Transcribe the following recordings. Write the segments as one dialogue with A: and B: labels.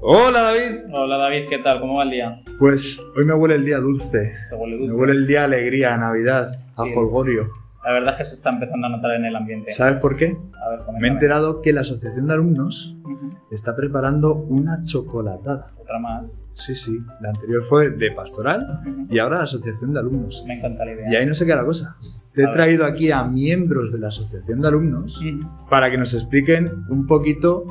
A: Hola David.
B: Hola David, ¿qué tal? ¿Cómo va el día?
A: Pues hoy me huele el día dulce.
B: ¿Te huele
A: Me
B: dulce?
A: huele el día a alegría, a Navidad, a
B: Sí.
A: folgorio.
B: La verdad es que se está empezando a notar en el ambiente.
A: ¿Sabes por qué?
B: A ver, coméntame.
A: Me he enterado que la asociación de alumnos
B: Ujú.
A: está preparando una chocolatada.
B: Otra más.
A: Sí, sí. La anterior fue de pastoral
B: Ujú.
A: y ahora la asociación de alumnos.
B: Me encanta la idea.
A: Y ahí no se queda la cosa. Te
B: A
A: he
B: ver.
A: traído aquí a miembros de la asociación de alumnos
B: Ujú.
A: para que nos expliquen un poquito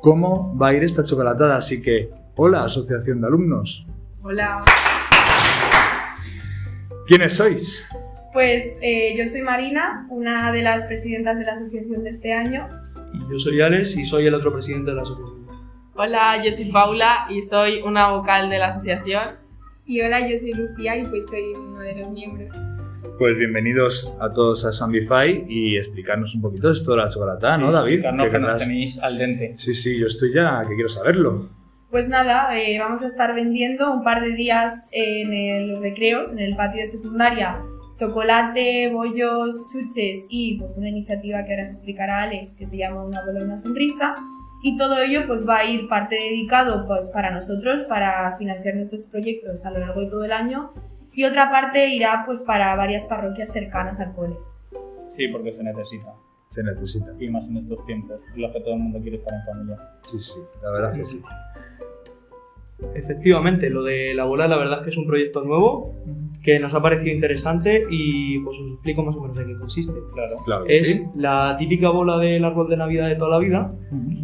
A: cómo va a ir esta chocolatada. Así que, hola asociación de alumnos.
C: Hola,
A: ¿Quiénes sois?
C: pues eh, yo soy Marina, una de las presidentas de la asociación de este año.
D: Y yo soy Alex y soy el otro presidente de la asociación.
E: Hola, yo soy Paula y soy una vocal de la asociación.
C: Y hola, yo soy Lucía y pues soy uno de los miembros.
A: Pues bienvenidos a todos a Sambify y explicarnos un poquito esto de la chocolatada, Ah, ¿no, David?
B: No,
A: Que
B: que nos
A: querrás-
B: tenéis al dente.
A: Sí, sí, yo estoy ya, que quiero saberlo.
C: Pues nada, eh, vamos a estar vendiendo un par de días en el- los recreos, en el patio de secundaria, chocolate, bollos, chuches y pues una iniciativa que ahora se explicará a Alex que se llama Una bola y una sonrisa. Y todo ello pues va a ir parte dedicado pues para nosotros, para financiar nuestros proyectos a lo largo de todo el año y otra parte irá pues para varias parroquias cercanas al cole.
B: Sí, porque se necesita.
A: Se necesita.
B: Y más en estos tiempos, en los que todo el mundo quiere estar en familia.
A: Sí, sí, la verdad que sí.
D: Efectivamente, lo de la bola la verdad es que es un proyecto nuevo que nos ha parecido interesante y pues os explico más o menos de qué consiste.
B: Claro.
A: Claro que
D: Es
A: sí.
D: la típica bola del árbol de Navidad de toda la vida,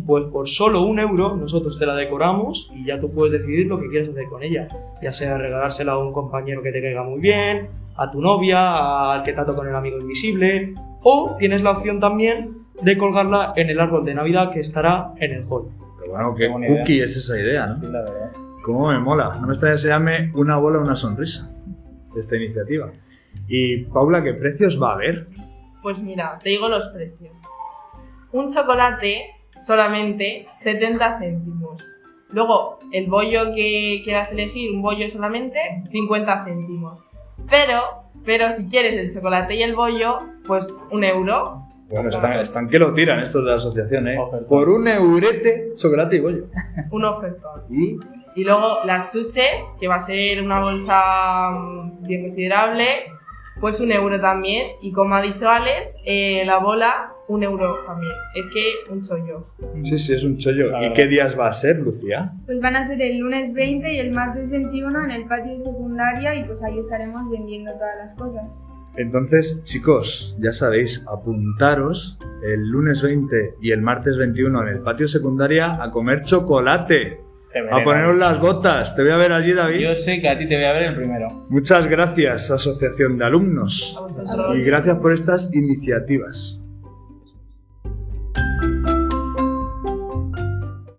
D: pues por solo un euro nosotros te la decoramos y ya tú puedes decidir lo que quieres hacer con ella, ya sea regalársela a un compañero que te caiga muy bien, a tu novia, al que te ha tocado el amigo invisible, o tienes la opción también de colgarla en el árbol de Navidad que estará en el hall.
A: Pero bueno, qué
B: Qué buena idea.
A: cookie es esa idea,
B: Sí,
A: ¿no?
B: la verdad.
A: Cómo me mola. No me extraña que se llame Una bola, una sonrisa esta iniciativa. Y, Paula, ¿qué precios va a haber?
E: Pues mira, te digo los precios. Un chocolate solamente 70 céntimos. Luego, el bollo que quieras elegir, un bollo solamente 50 céntimos. Pero, pero si quieres el chocolate y el bollo, pues un euro.
A: Bueno, están, están que lo tiran estos de la asociación, ¿eh?
B: Ofertón.
A: Por un eurete, chocolate y bollo.
E: un ofertón.
A: Y
E: Y luego las chuches, que va a ser una bolsa mm, bien considerable, pues un euro también. Y como ha dicho Alex, eh, la bola, un euro también. Es que un chollo.
A: Sí, sí, es un chollo.
B: La
A: ¿Y
B: verdad.
A: qué días va a ser, Lucía?
F: Pues van a ser el lunes 20 y el martes 21 en el patio de secundaria y pues ahí estaremos vendiendo todas las cosas.
A: Entonces, chicos, ya sabéis, apuntaros el lunes 20 y el martes 21 en el patio secundaria a comer chocolate,
B: Te veré,
A: a poneros
B: David.
A: las botas. Te voy a ver allí, David.
B: Yo sé que a ti te voy a ver el primero.
A: Muchas gracias, Asociación de
E: A
A: Alumnos.
E: vosotros.
A: Y gracias por estas iniciativas.